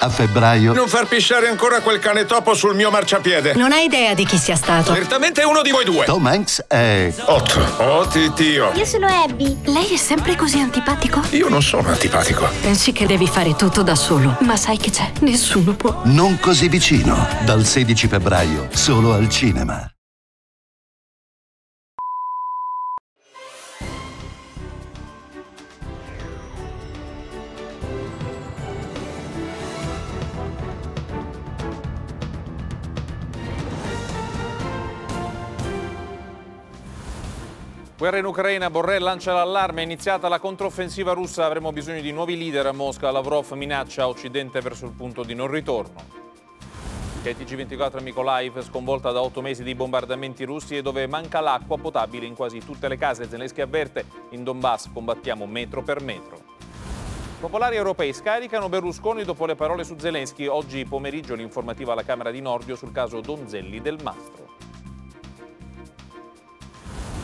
A febbraio Non far pisciare ancora quel cane topo sul mio marciapiede. Non hai idea di chi sia stato. Certamente è uno di voi due. Tom Hanks è Otto. Oh, titio. Io sono Abby. Lei è sempre così antipatico? Io non sono antipatico. Pensi che devi fare tutto da solo, ma sai che c'è? Nessuno può. non così vicino. Dal 16 febbraio solo al cinema. Guerra in Ucraina, Borrell lancia l'allarme, è iniziata la controffensiva russa, avremo bisogno di nuovi leader a Mosca, Lavrov minaccia Occidente verso il punto di non ritorno. KTG24 Mykolaiv sconvolta da otto mesi di bombardamenti russi e dove manca l'acqua potabile in quasi tutte le case, Zelensky avverte, in Donbass combattiamo metro per metro. Popolari europei scaricano Berlusconi dopo le parole su Zelensky, oggi pomeriggio l'informativa alla Camera di Nordio sul caso Donzelli del Mastro.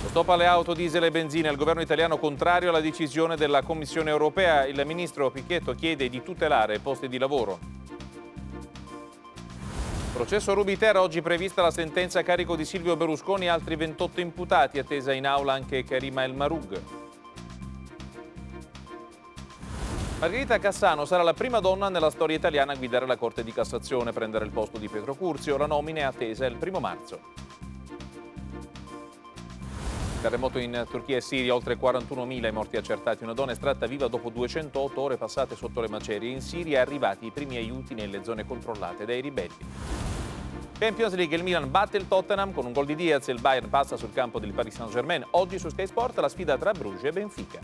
Stop alle auto, diesel e benzina. Il governo italiano contrario alla decisione della Commissione europea. Il ministro Pichetto chiede di tutelare posti di lavoro. Processo Rubiter, oggi prevista la sentenza a carico di Silvio Berlusconi e altri 28 imputati, attesa in aula anche Karima El Marug. Margherita Cassano sarà la prima donna nella storia italiana a guidare la Corte di Cassazione, prendere il posto di Pietro Curzio. La nomina è attesa il primo marzo. Terremoto in Turchia e Siria, oltre 41.000 i morti accertati, una donna estratta viva dopo 208 ore passate sotto le macerie. In Siria arrivati i primi aiuti nelle zone controllate dai ribelli. Champions League, il Milan batte il Tottenham con un gol di Diaz e il Bayern passa sul campo del Paris Saint-Germain. Oggi su Sky Sport la sfida tra Bruges e Benfica.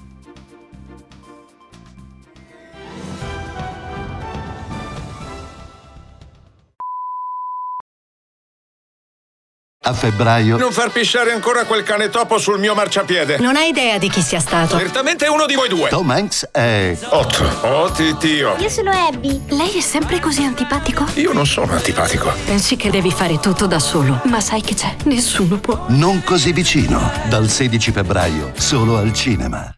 A febbraio Non far pisciare ancora quel cane topo sul mio marciapiede. Non hai idea di chi sia stato. Certamente è uno di voi due. Tom Hanks è Otto. Oh, titio. Io sono Abby. Lei è sempre così antipatico? Io non sono antipatico. Pensi che devi fare tutto da solo, ma sai che c'è? Nessuno può. non così vicino. Dal 16 febbraio solo al cinema.